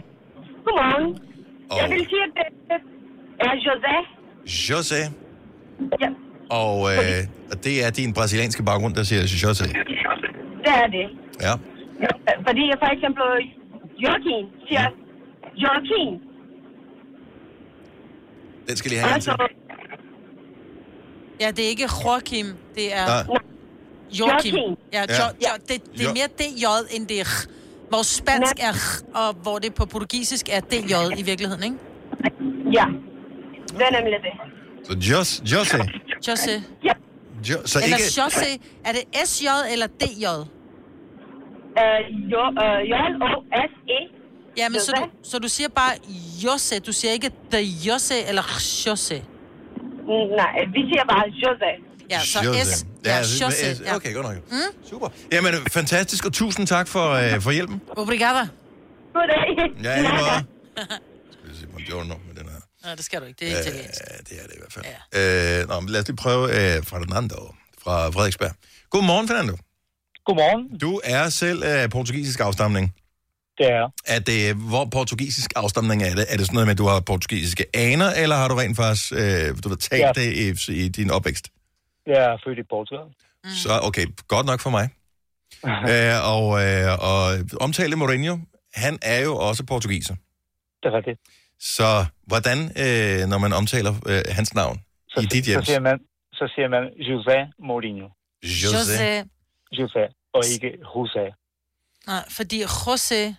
Godmorgen. Og Jeg vil sige, at det er José. José. Og, øh, og det er din brasilianske baggrund, der siger José. Det er det. Ja. Fordi jeg for eksempel Joaquin siger Joaquin. Den skal lige have en til. Ja, det er ikke Joachim, det er Nej. Joachim. Joachim. Ja, jo, Ja. jo, det, det er Jo. mere DJ, end det er R. Hvor spansk er R, og hvor det på portugisisk er DJ i virkeligheden, ikke? Ja, det er nemlig det. Så Jos, José. Jose. Jo, så eller ikke... Jose. Er det SJ eller DJ? Øh, jo, øh, J-O-S-E. Ja, men så du, så du siger bare Jose. Du siger ikke The Jose eller Jose. Nej, vi siger bare José. Ja, så S. Ja, Ja, Mm? altså, Jose. med S. Okay, godt nok. Super. Jamen, fantastisk, og tusind tak for, øh, for hjælpen. Obrigada. Goddag. Ja, i lige <laughs> måde. Skal vi se, buongiorno med den her. Nej, det skal du ikke. Det er italiensk. Ja, det er det i hvert fald. Ja. Øh, nå, men lad os lige prøve øh, Fernando fra Frederiksberg. Godmorgen, Fernando. Godmorgen. Du er selv øh, portugisisk afstamning. Det er Er det, hvor portugisisk afstamning er det? Er det sådan noget med, at du har portugisiske aner, eller har du rent faktisk øh, du ved, talt Ja. ja. det i, i din opvækst? Jeg er født i Portugal. Mm. Så okay, godt nok for <laughs> mig. Æ, og, øh, og omtale Mourinho, han er jo også portugiser. Det er rigtigt. Så hvordan, øh, når man omtaler øh, hans navn så, i dit hjem? Så siger man, så siger man José Mourinho. José. José, og ikke José. Nej, fordi Jose...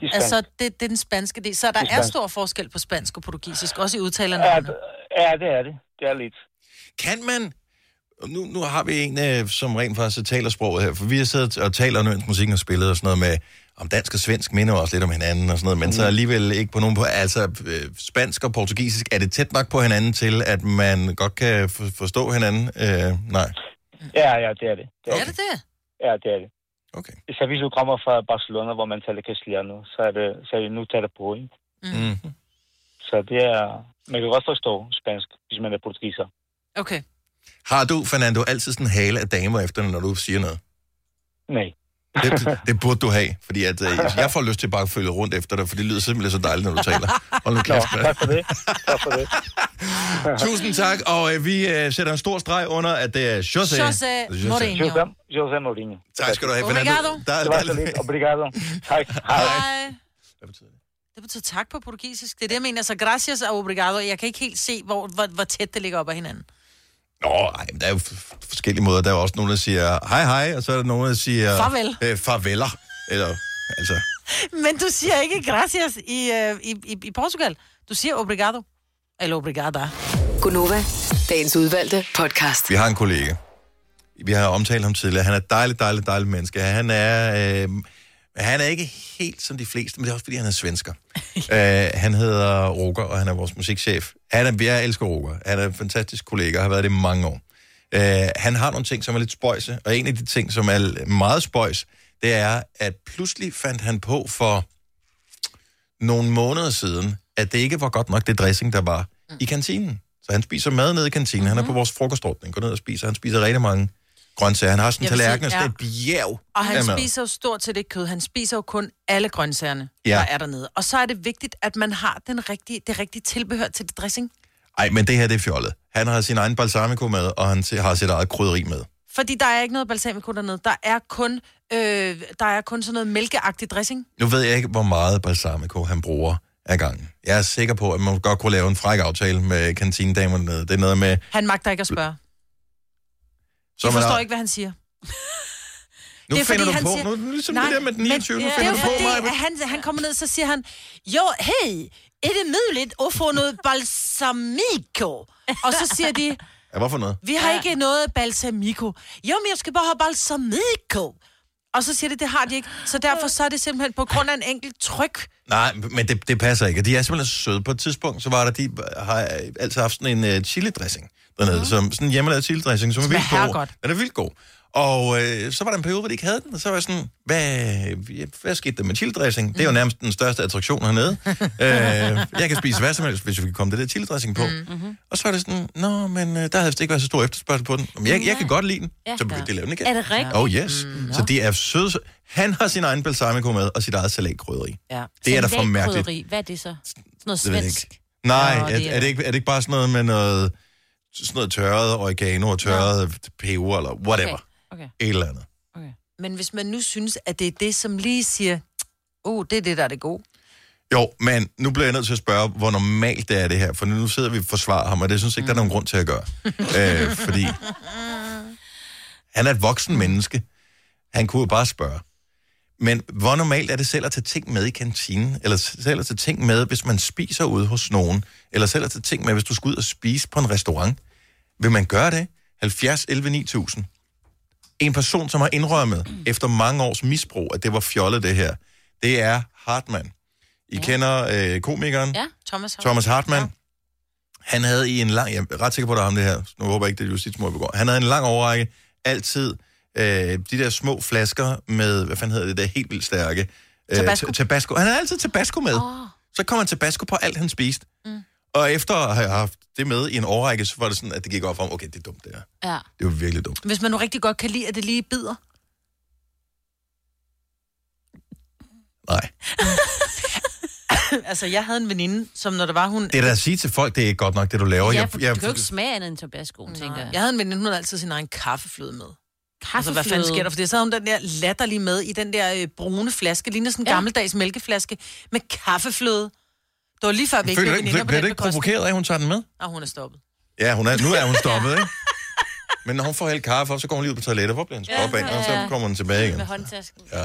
De er Altså, spansk. det, det er den spanske del. Så der De er er spansk. stor forskel på spansk og portugisisk, også i udtalerne. Ja, d- ja, det er det. Det er lidt. Kan man... Nu, nu har vi en, øh, som rent faktisk taler sproget her, for vi har siddet og talt om ønsk musikken og spillet og sådan noget med, om dansk og svensk minder også lidt om hinanden og sådan noget, men mm. så alligevel ikke på nogen på... Altså, øh, spansk og portugisisk, er det tæt nok på hinanden til, at man godt kan for, forstå hinanden? Øh, nej. Ja, ja, det er det. det Er det det? Ja, det er det. Okay. Især hvis du kommer fra Barcelona, hvor man taler castellano, så er det, så er det nu taler på, ikke? Mm. Så det er... Man kan godt forstå spansk, hvis man er portugiser. Okay. Har du, Fernando, altid sådan en hale af damer efter, når du siger noget? Nej. Det, det burde du have, fordi at, <laughs> øh, jeg får lyst til bare at følge rundt efter dig, for det lyder simpelthen så dejligt, når du taler. Hold nu Nå, kæft, mand. tak for det. Tak for det. Tusind tak, og øh, vi øh, sætter en stor streg under, at det er José. José Mourinho. José, José Mourinho. Tak skal du have, Obrigado. Der er Det var så lidt. Obrigado. Tak. Hej. Hej. Det betyder tak på portugisisk. Det er det, jeg mener. Så gracias og obrigado. Jeg kan ikke helt se, hvor, hvor, hvor tæt det ligger op ad hinanden. Nå, ej, men der er jo f- forskellige måder. Der er jo også nogen, der siger hej hej, og så er der nogen, der siger... Farvel. Øh, farveler. Eller, altså... Men du siger ikke gracias i, øh, i, i, i Portugal. Du siger obrigado. Eller obrigada. Gunova, dagens udvalgte podcast. Vi har en kollega. Vi har omtalt ham tidligere. Han er et dejligt, dejligt, dejligt menneske. Han er, øh, han er ikke helt som de fleste, men det er også, fordi han er svensker. øh, han hedder Roger, og han er vores musikchef. Han er, jeg elsker Roger. Han er en fantastisk kollega, og har været det i mange år. Øh, han har nogle ting, som er lidt spøjse, og en af de ting, som er meget spøjs, det er, at pludselig fandt han på for nogle måneder siden, at det ikke var godt nok det dressing, der var Mhm. mm. i kantinen. Så han spiser mad nede i kantinen. Han er på vores frokostordning. Går ned og spiser. Han spiser rigtig mange grøntsager. Han har sådan en Jeg vil sige, tallerken, og sådan ja. et bjerg Og han af mad. spiser jo stort set ikke kød. Han spiser jo kun alle grøntsagerne, Ja. ja. der er dernede. Og så er det vigtigt, at man har den rigtige, det rigtige tilbehør til det dressing. Ej, men det her, det er fjollet. Han har sin egen balsamico med, og han se- har sit eget krydderi med. Fordi der er ikke noget balsamico dernede. Der er kun, øh, der er kun sådan noget mælkeagtig dressing. Nu ved jeg ikke, hvor meget balsamico han bruger ad gangen. Jeg er sikker på, at man godt kunne lave en fræk aftale med kantinedamerne. dernede. Det er noget med... Han magter ikke at spørge. Så Så jeg man forstår har- ikke, hvad han siger. Nu Det er, finder fordi du han på. siger- Nu er det ligesom Nej, det der med den 29. Men, nu det finder er du jo på, fordi, Maja. at han, han kommer ned, så siger han, jo, hey, er det muligt at få noget balsamico? Og så siger de, Ja, hvorfor noget? vi har ikke noget balsamico. Jo, men jeg skal bare have balsamico. Og så siger de, det har de ikke. Så derfor så er det simpelthen på grund af en enkelt tryk. Nej, men det, det passer ikke. Og De er simpelthen søde. På et tidspunkt, så var der, de har øh, altid haft sådan en uh, chili-dressing dernede, Ah. mm. som sådan en hjemmelavet chili-dressing, som er Smager vildt god. herregodt. Den er vildt god. Og øh, så var der en periode, hvor de ikke havde den, og så var jeg sådan, hvad, hvad skete der med chili-dressing? Det er Mm. jo nærmest den største attraktion <laughs> hernede. øh, jeg kan spise hvad som helst, hvis vi kan komme det der chili-dressing på. Mm, Mm-hmm. Og så er det sådan, nå, men øh, der havde vist ikke været så stor efterspørgsel på den. Men jeg, jeg kan godt lide den. Ja. Så begyndte de at lave den igen. Er det rigtigt? Oh yes. Mm, så det er søde. Han har sin egen balsamico med, og sit eget salatkrydderi. Ja. Det er da for mærkeligt. Salatkrydderi, Hvad er det så? Sådan noget Det ved jeg svensk. ikke. Nej, Nå, er, det er- er, det ikke, er det ikke bare sådan noget med noget, sådan noget tørret oregano og tørret peber eller whatever? Okay. Et eller andet. Men hvis man nu synes, at det er det, som lige siger, oh, det er det, der er det gode. Jo, men nu bliver jeg nødt til at spørge, hvor normalt det er det her, for nu sidder vi og forsvarer ham, og det synes jeg ikke, Mm. der er nogen grund til at <laughs> gøre. øh, fordi han er et voksen menneske. Han kunne jo bare spørge. Men hvor normalt er det selv at tage ting med i kantinen, eller selv at tage ting med, hvis man spiser ude hos nogen, eller selv at tage ting med, hvis du skal ud og spise på en restaurant? Vil man gøre det? 70, 11, 9000. En person, som har indrømmet efter mange års misbrug, at det var fjollet det her, det er Hartmann. I ja. kender øh, komikeren Ja, Thomas Hartmann. Thomas Hartmann. Han havde i en lang... Jeg er ret sikker på, at det er ham det her. Nu håber jeg ikke, det er justitsmord, vi går. Han havde en lang overrække altid øh, de der små flasker med... Hvad fanden hedder det der helt vildt stærke? Øh, Tabasco. ta- tabasco. Han havde altid tabasco med. Oh. Så kom han tabasco på alt, han spiste. Mm. Og efter at have haft det med i en overrække, så var det sådan, at det gik op for ham. Okay, det er dumt, det her. Ja. Det var virkelig dumt. Hvis man nu rigtig godt kan lide, at det lige bider. Nej. altså, jeg havde en veninde, som når der var hun... Det er da at sige til folk, det er ikke godt nok, det du laver. Ja, for du kan jo ikke smage andet end tabasco, tænker jeg. Jeg havde en veninde, hun havde altid sin egen kaffefløde med. Altså, hvad fanden Kaffefløde. sker der? For det, så havde hun den der latterlige med i den der øh, brune flaske. Ligner sådan en ja. gammeldags mælkeflaske med kaffefløde. Det var lige før, vi ikke Føler blev du ikke, veninder på bliver den du ikke bekostning. provokeret af, at hun tager den med? Og hun er stoppet. Ja, hun er, nu <laughs> er hun stoppet, ikke? Men når hun får hældt kaffe op, så går hun lige ud på toilettet. Hvor bliver hendes Ja, krop af? Og ja. så kommer hun tilbage igen. Med håndtasken. Ja.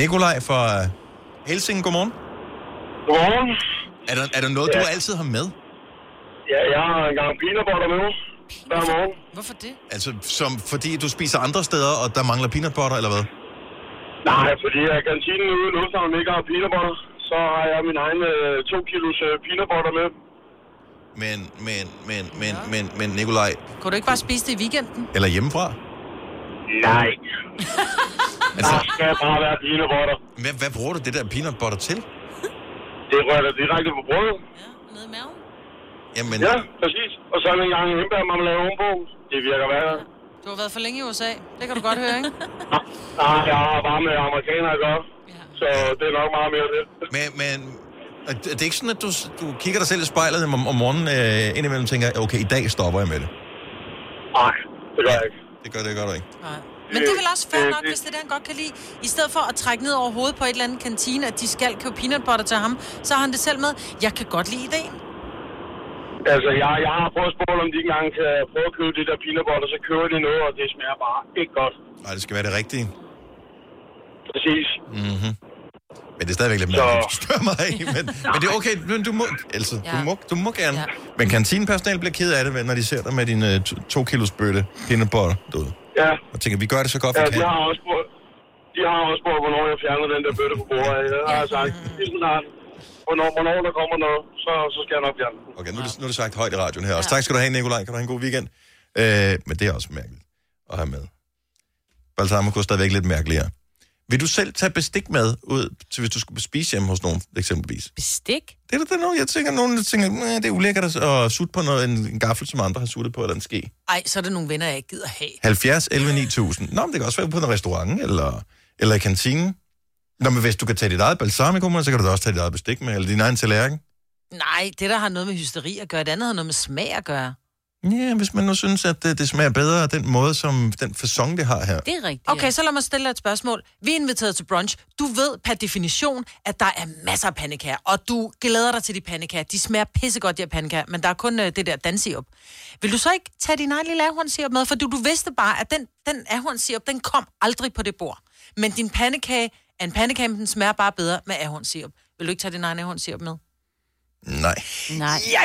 Nikolaj fra øh, Helsing, godmorgen. Godmorgen. Er der, er der noget, ja. du Ja. altid har med? Ja, jeg har en gang pinerboller med hver morgen. Hvorfor det? Altså, som, fordi du spiser andre steder, og der mangler peanut butter, eller hvad? Nej, fordi jeg i kantinen ude i Lufthavn ikke har pinerboller. Så har jeg min egen øh, to kilos øh, pinerboller med. Men, men, men, men, men, men, Nikolaj, Kunne du ikke bare spise det i weekenden? eller hjemmefra? Nej. altså, der skal bare være peanut butter. Hvad, hvad bruger du det der peanut butter til? Det rører da direkte på brød. Jamen, Ja, præcis. Og så en gang hindbærmarmelade ovenpå. Det virker værre. Du har været for længe i USA. Det kan du godt <laughs> høre, ikke? Nej, Ah, jeg har bare med amerikanere at gøre. Så det er nok meget mere det. Men, men er det det er ikke sådan, at du, du kigger dig selv i spejlet om, om morgenen øh, indimellem og tænker, okay, i dag stopper jeg med det? Nej, det gør jeg ikke. Det gør, det gør du ikke. Men det er vel også fair nok, hvis det er det, han godt kan lide. I stedet for at trække ned over hovedet på et eller andet kantine, at de skal købe peanut butter til ham, så har han det selv med. Jeg kan godt lide ideen. Altså, jeg, jeg har prøvet at spørge, om de ikke engang kan prøve at købe det der peanut butter, så køber de noget, og det smager bare ikke godt. Nej, det skal være det rigtige. Præcis. Mm-hmm. Men det er stadigvæk lidt Så- mærkeligt, du spørger mig. <laughs> Men, men det er okay, men du må, altså, ja. du må, du må gerne. Ja. Men kantinepersonale bliver ked af det, når de ser dig med din øh, to, to kilos bøtte peanut butter derude. Ja. Og tænker, vi gør det så godt, Ja, vi de kan. har også spurgt, de har også spurgt, hvornår jeg fjerner den der bøtte på bordet. Jeg har sagt, lige så snart, hvornår, hvornår der kommer noget, så, så skal jeg nok fjerne den. Okay, nu, er det- nu er det sagt højt i radioen her. Også tak skal du have, Nikolaj. Kan du have en god weekend? Øh, men det er også mærkeligt at have med. Balsamico er stadigvæk lidt mærkeligere. Vil du selv tage bestik med ud, til hvis du skulle spise hjemme hos nogen, eksempelvis? Bestik? Det er der, der er nogen, jeg tænker, nogen der tænker, "Næh, det er ulækkert at- at sutte på noget, en, en gaffel, som andre har suttet på, eller en ske. Ej, så er der nogle venner, jeg ikke gider have. 70, 11, 9000. Nå, men det kan også være på en restaurant, eller, eller i kantinen. Nå, men hvis du kan tage dit eget balsamico med, så kan du da også tage dit eget bestik med, eller din egen tallerken. Nej, det der har noget med hysteri at gøre, det andet har noget med smag at gøre. Ja, hvis man nu synes, at øh, det, det smager bedre af den måde, som den fasong, det har her. Det er rigtigt. Okay, så lad mig stille dig et spørgsmål. Vi er inviteret til brunch. Du ved per definition, at der er masser af pandekager, og du glæder dig til de pandekager. De smager pissegodt, de her pandekager, men der er kun øh, det der dansirup. Vil du så ikke tage din egen lille ahornsirup med? For du, du vidste bare, at den, den ahornsirup, den kom aldrig på det bord. Men din pandekage er en pandekage, men den smager bare bedre med ahornsirup. Vil du ikke tage din egen ahornsirup med? Nej. Nej. Jeg,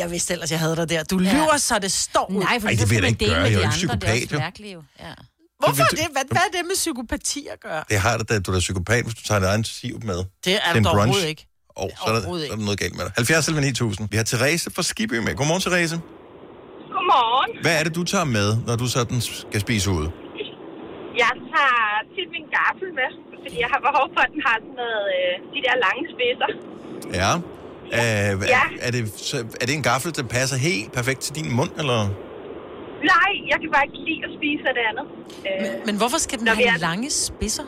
jeg vidste ellers, jeg havde dig der. Du lyver, ja. så det står ud. Nej, for Ej, så det vil jeg skal da man ikke dele gøre. med Jeg de er jo ikke andre. Det er psykopat, jo. også mærkeligt, jo. Ja. Hvorfor Men er det- det? Hvad, hvad er det med psykopati at gøre? Det har det da, du er da psykopat, hvis du tager dit egen sirup med. Det er til en der overhovedet brunch. ikke. Og så er, der, Overhovedet så er der noget galt med dig. 70 eller 9000. Vi har Therese fra Skibby med. Godmorgen, Therese. Godmorgen. Hvad er det, du tager med, når du sådan skal spise ude? Jeg tager tit min gaffel med, fordi jeg har behov for, at den har sådan noget, øh, de der lange spidser. Ja. Øh, Ja. er, er, det, så, er det en gaffel, der passer helt perfekt til din mund, eller? Nej, jeg kan bare ikke lide at spise af det andet. Øh, Men, men hvorfor skal den når vi have er- lange spidser?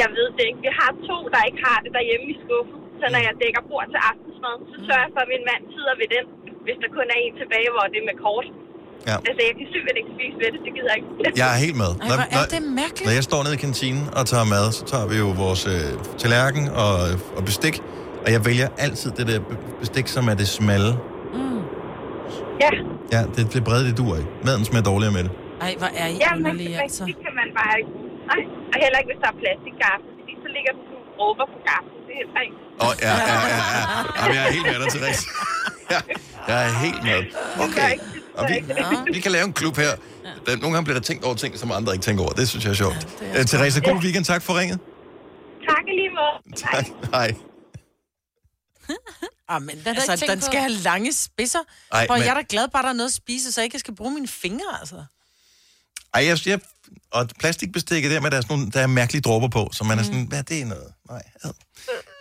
Jeg ved det ikke. Vi har to, der ikke har det derhjemme i skuffen. Så når jeg dækker bord til aftensmad, så sørger jeg for, at min mand sidder ved den, hvis der kun er en tilbage, hvor det er med kort. Ja. Altså, jeg kan simpelthen ikke spise ved det. Det gider jeg ikke. Jeg er helt med. Ej, hvor er det mærkeligt. Når jeg står nede i kantinen og tager mad, så tager vi jo vores øh, tallerken og, og bestik, og jeg vælger altid det der be- bestik, som er det smalle. Ja. Ja, det, det brede, det duer ikke. Maden smager dårligere med det. Ej, hvor er I ja, underlige, man, altså. Det kan man bare ikke. Nej, og heller ikke, hvis der er plastikgaffel, fordi så ligger der sådan nogle dråber på gaffel. Det er heller ikke. Åh, oh, ja, ja, ja, ja. Jamen, jeg er helt med dig, Therese. Ja, jeg er helt med. Okay. Og vi, vi kan lave en klub her. Der- Nogle gange bliver der tænkt over ting, som andre ikke tænker over. Det synes jeg er sjovt. Ja, Therese, god weekend. Tak for ringet. Tak i lige måde. Tak. Hej. Ah, men, jeg altså, ikke tænkt den på. skal have lange spidser. Ej, Ej, og men- jeg er da glad bare, at der er noget at spise, så jeg ikke skal bruge mine fingre, altså. Ej, jeg, jeg, og plastikbestikket der, med der er sådan nogle, der er mærkelige dråber på, så man er sådan, hvad er det noget? Nej, ad.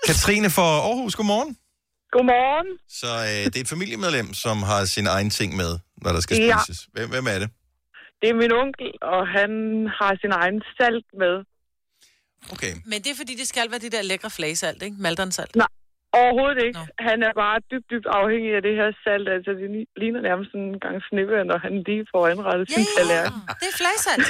Katrine fra Aarhus, godmorgen. Godmorgen. Så øh, det er et familiemedlem, som har sin egen ting med, når der skal Ja. spises. Hvem, hvem er det? Det er min onkel, og han har sin egen salt med. Okay. Men det er, fordi det skal være det der lækre flagesalt, ikke? Maldonsalt. Nej, overhovedet ikke. Nå. Han er bare dybt, dybt afhængig af det her salt. Altså, det li- ligner nærmest sådan en gang snevejr, når han lige får anrettet sin tallerken. Det er flagesalt.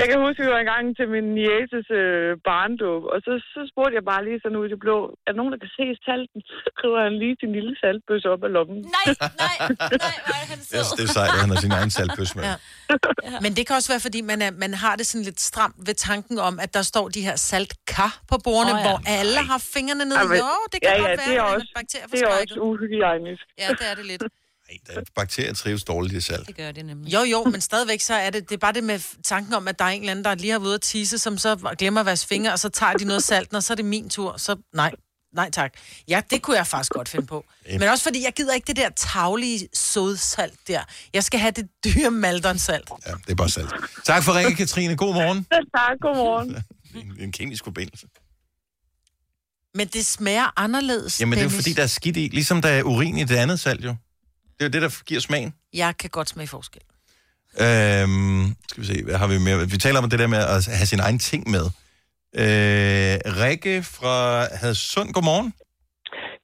Jeg kan huske, vi var engang til min nieces øh, barndåb, og så, så spurgte jeg bare lige sådan ud i det blå, er der nogen, der kan se salten? <laughs> Så skriver han lige sin lille saltbøsse op af lommen. <laughs> Nej, nej, nej, han Jeg synes, det er sejt, at han har sin egen saltbøs med. Ja. Ja. Men det kan også være, fordi man, er, man har det sådan lidt stramt ved tanken om, at der står de her saltkar på bordene, Åh, oh, ja. ja. hvor alle har fingrene nede. Ja, men- Jo, det kan ja, godt ja, være, det er at man også- bakterier Det er også uhygiejnisk. Ja, det er det lidt. Bakterier trives dårligt i salt. Det gør det nemlig. Jo, jo, men stadigvæk så er det, det er bare det med f- tanken om, at der er en eller anden, der lige har været ude at tisse, som så glemmer at vaske fingre, og så tager de noget salt, og så er det min tur. Så nej, nej tak. Ja, det kunne jeg faktisk godt finde på. Ja. Men også fordi, jeg gider ikke det der taglige sodsalt der. Jeg skal have det dyre maldonsalt. Ja, det er bare salt. Tak for ringen, Katrine. God morgen. tak, godmorgen. En, en kemisk forbindelse. Men det smager anderledes, Jamen, det er jo Dennis. fordi, der er skidt i. Ligesom der er urin i det andet salt, jo. Det er jo det, der giver smagen. Jeg kan godt smage forskel. Øhm, skal vi se, hvad har vi mere? Vi taler om det der med at have sin egen ting med. Øh, Rikke fra Hadsund, godmorgen.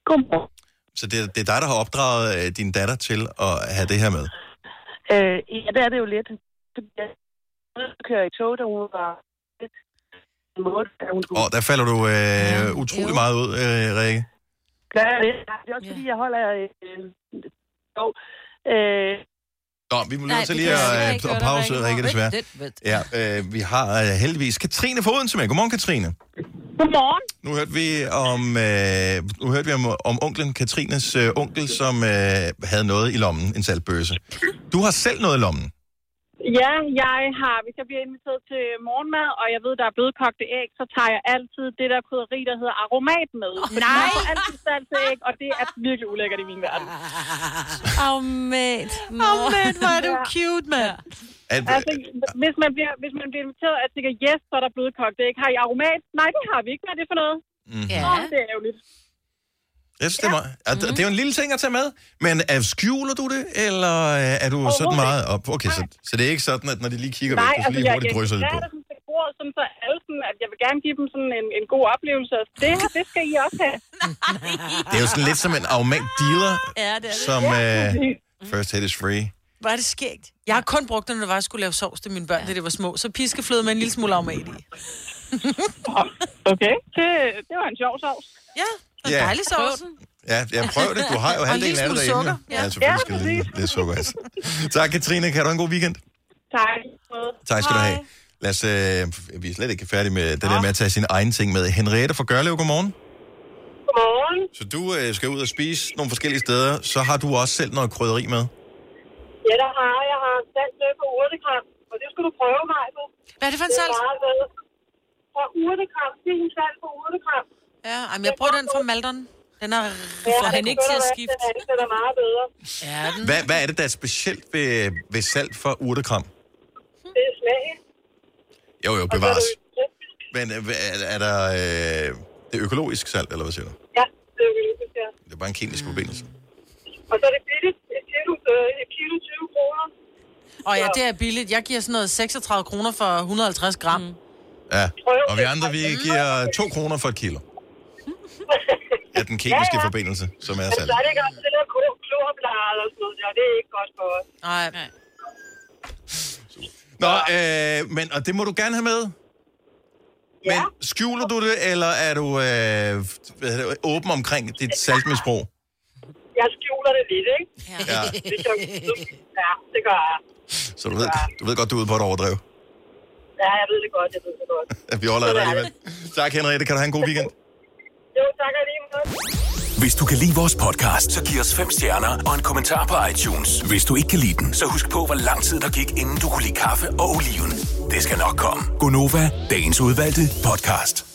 Godmorgen. Så det, er- det er dig, der har opdraget øh, din datter til at have det her med. Øh, ja, det er det jo lidt. Det bliver jeg kører i tog, da hun var lidt en måde, da hun skulle. Og der falder du øh, utrolig meget ud, øh, Rikke. Ja, det er også fordi, jeg holder... Øh, jo, øh, Nå, vi må Nej, nødt til vi lige kan at, desværre øh, ikke at høre dig, pause, Rikke. Rikke, desværre. Vent lidt, Ja, øh, vi har øh, heldigvis Katrine fra Odense med. Godmorgen, Katrine. Godmorgen. Nu hørte vi om, øh, nu hørte vi om, om onklen, Katrines øh, onkel, som øh, havde noget i lommen, en saltbøse. Du har selv noget i lommen. Ja, jeg har, hvis jeg bliver inviteret til morgenmad, og jeg ved, der er blødkogte æg, så tager jeg altid det der krydderi, der hedder aromat med. Oh, nej! Man får altid salt til æg, og det er virkelig ulækkert i min verden. Åh, oh, mate. Nå. Åh, oh, mand, hvor er du cute, mand. At, Altså, hvis man bliver, hvis man bliver inviteret og tænker, yes, så er der blødkogt æg. Har I aromat? Nej, det har vi ikke. Hvad er det for noget? Mhm. Ja. Åh, det er ærgerligt. Jeg synes, det, er meget, at, det er jo en lille ting at tage med, men øh, skjuler du det, eller øh, er du sådan meget op? Okay, så, så det er ikke sådan, at når de lige kigger Nej, væk, du så altså, lige jeg, hurtigt jeg drysser i integrerer på. det sådan til bordet, sådan så alle sådan, at jeg vil gerne give dem sådan en, en god oplevelse. Og Det, her, det skal I også have. Det er jo sådan lidt som en afmægt dealer, Ja, det er det. som Ja, øh, first hit is free. Hvor er det skægt. Jeg har kun brugt det, når jeg var, jeg skulle lave sovs til mine børn, da de var små. Så piskefløde med en lille smule aromat i. okay. Det, Øh, det var en sjov sovs. Ja, en Ja. dejlig sovs. Ja, jeg prøver det. Du har jo Og en halvdelen lille af det smule derhjemme. jo. sukker. Ja. Ja, selvfølgelig Ja, skal det lidt, lidt sukker. Altså. Tak, Katrine. Kan du have en god weekend? Tak. Tak skal du have. Lad os, øh, vi er slet ikke færdige med det der med at tage sine egne ting med. Henriette fra Gørlev, godmorgen. Godmorgen. Så du øh, skal ud og spise nogle forskellige steder, så har du også selv noget krydderi med. Ja, der har jeg. Jeg har salt med på urtekram, og det skulle du prøve, mig på. Hvad er det for en salt? Fra urtekram. Det er en salt på urtekram. Ja, jamen, jeg bruger den fra Maldon. Den er for hende ikke til at skifte. Den er meget bedre. Ja, den. Hvad, hvad er det, der er specielt ved, ved salt for urtekram? Det er smagen. Jo, jo, bevares. Men øh, er, er der øh, det er økologisk salt, eller hvad siger du? Ja, det er vildt, ja. Det er bare en kemisk forbindelse. Og så er det billigt. Et kilo, øh, et kilo 20 kroner. Og ja, det er billigt. Jeg giver sådan noget 36 kroner for 150 gram. Mm. Ja, og vi andre, vi giver 2 kroner for et <laughs> kilo. Af den kemiske Ja, ja. forbindelse, som er Men salt. så er det ikke også til at klorblare eller sådan noget. Ja, det er ikke godt for os. Nej. Nå, øh, men, og det må du gerne have med. Men skjuler du det, eller er du øh, hvad hedder det, åben omkring dit saltmisbrug? Jeg skjuler det lidt, ikke? Ja. Det kan, <laughs> ja, det gør jeg. Så du ved, du ved godt, du er ude på et overdrev. Ja, jeg ved det godt, jeg ved det godt. Vi holder af dig alligevel. Tak, Henriette. Kan du have en god weekend? Jo, tak og lige måde. Hvis du kan lide vores podcast, så giv os fem stjerner og en kommentar på iTunes. Hvis du ikke kan lide den, så husk på, hvor lang tid der gik, inden du kunne lide kaffe og oliven. Det skal nok komme. Gonova, Dagens udvalgte podcast.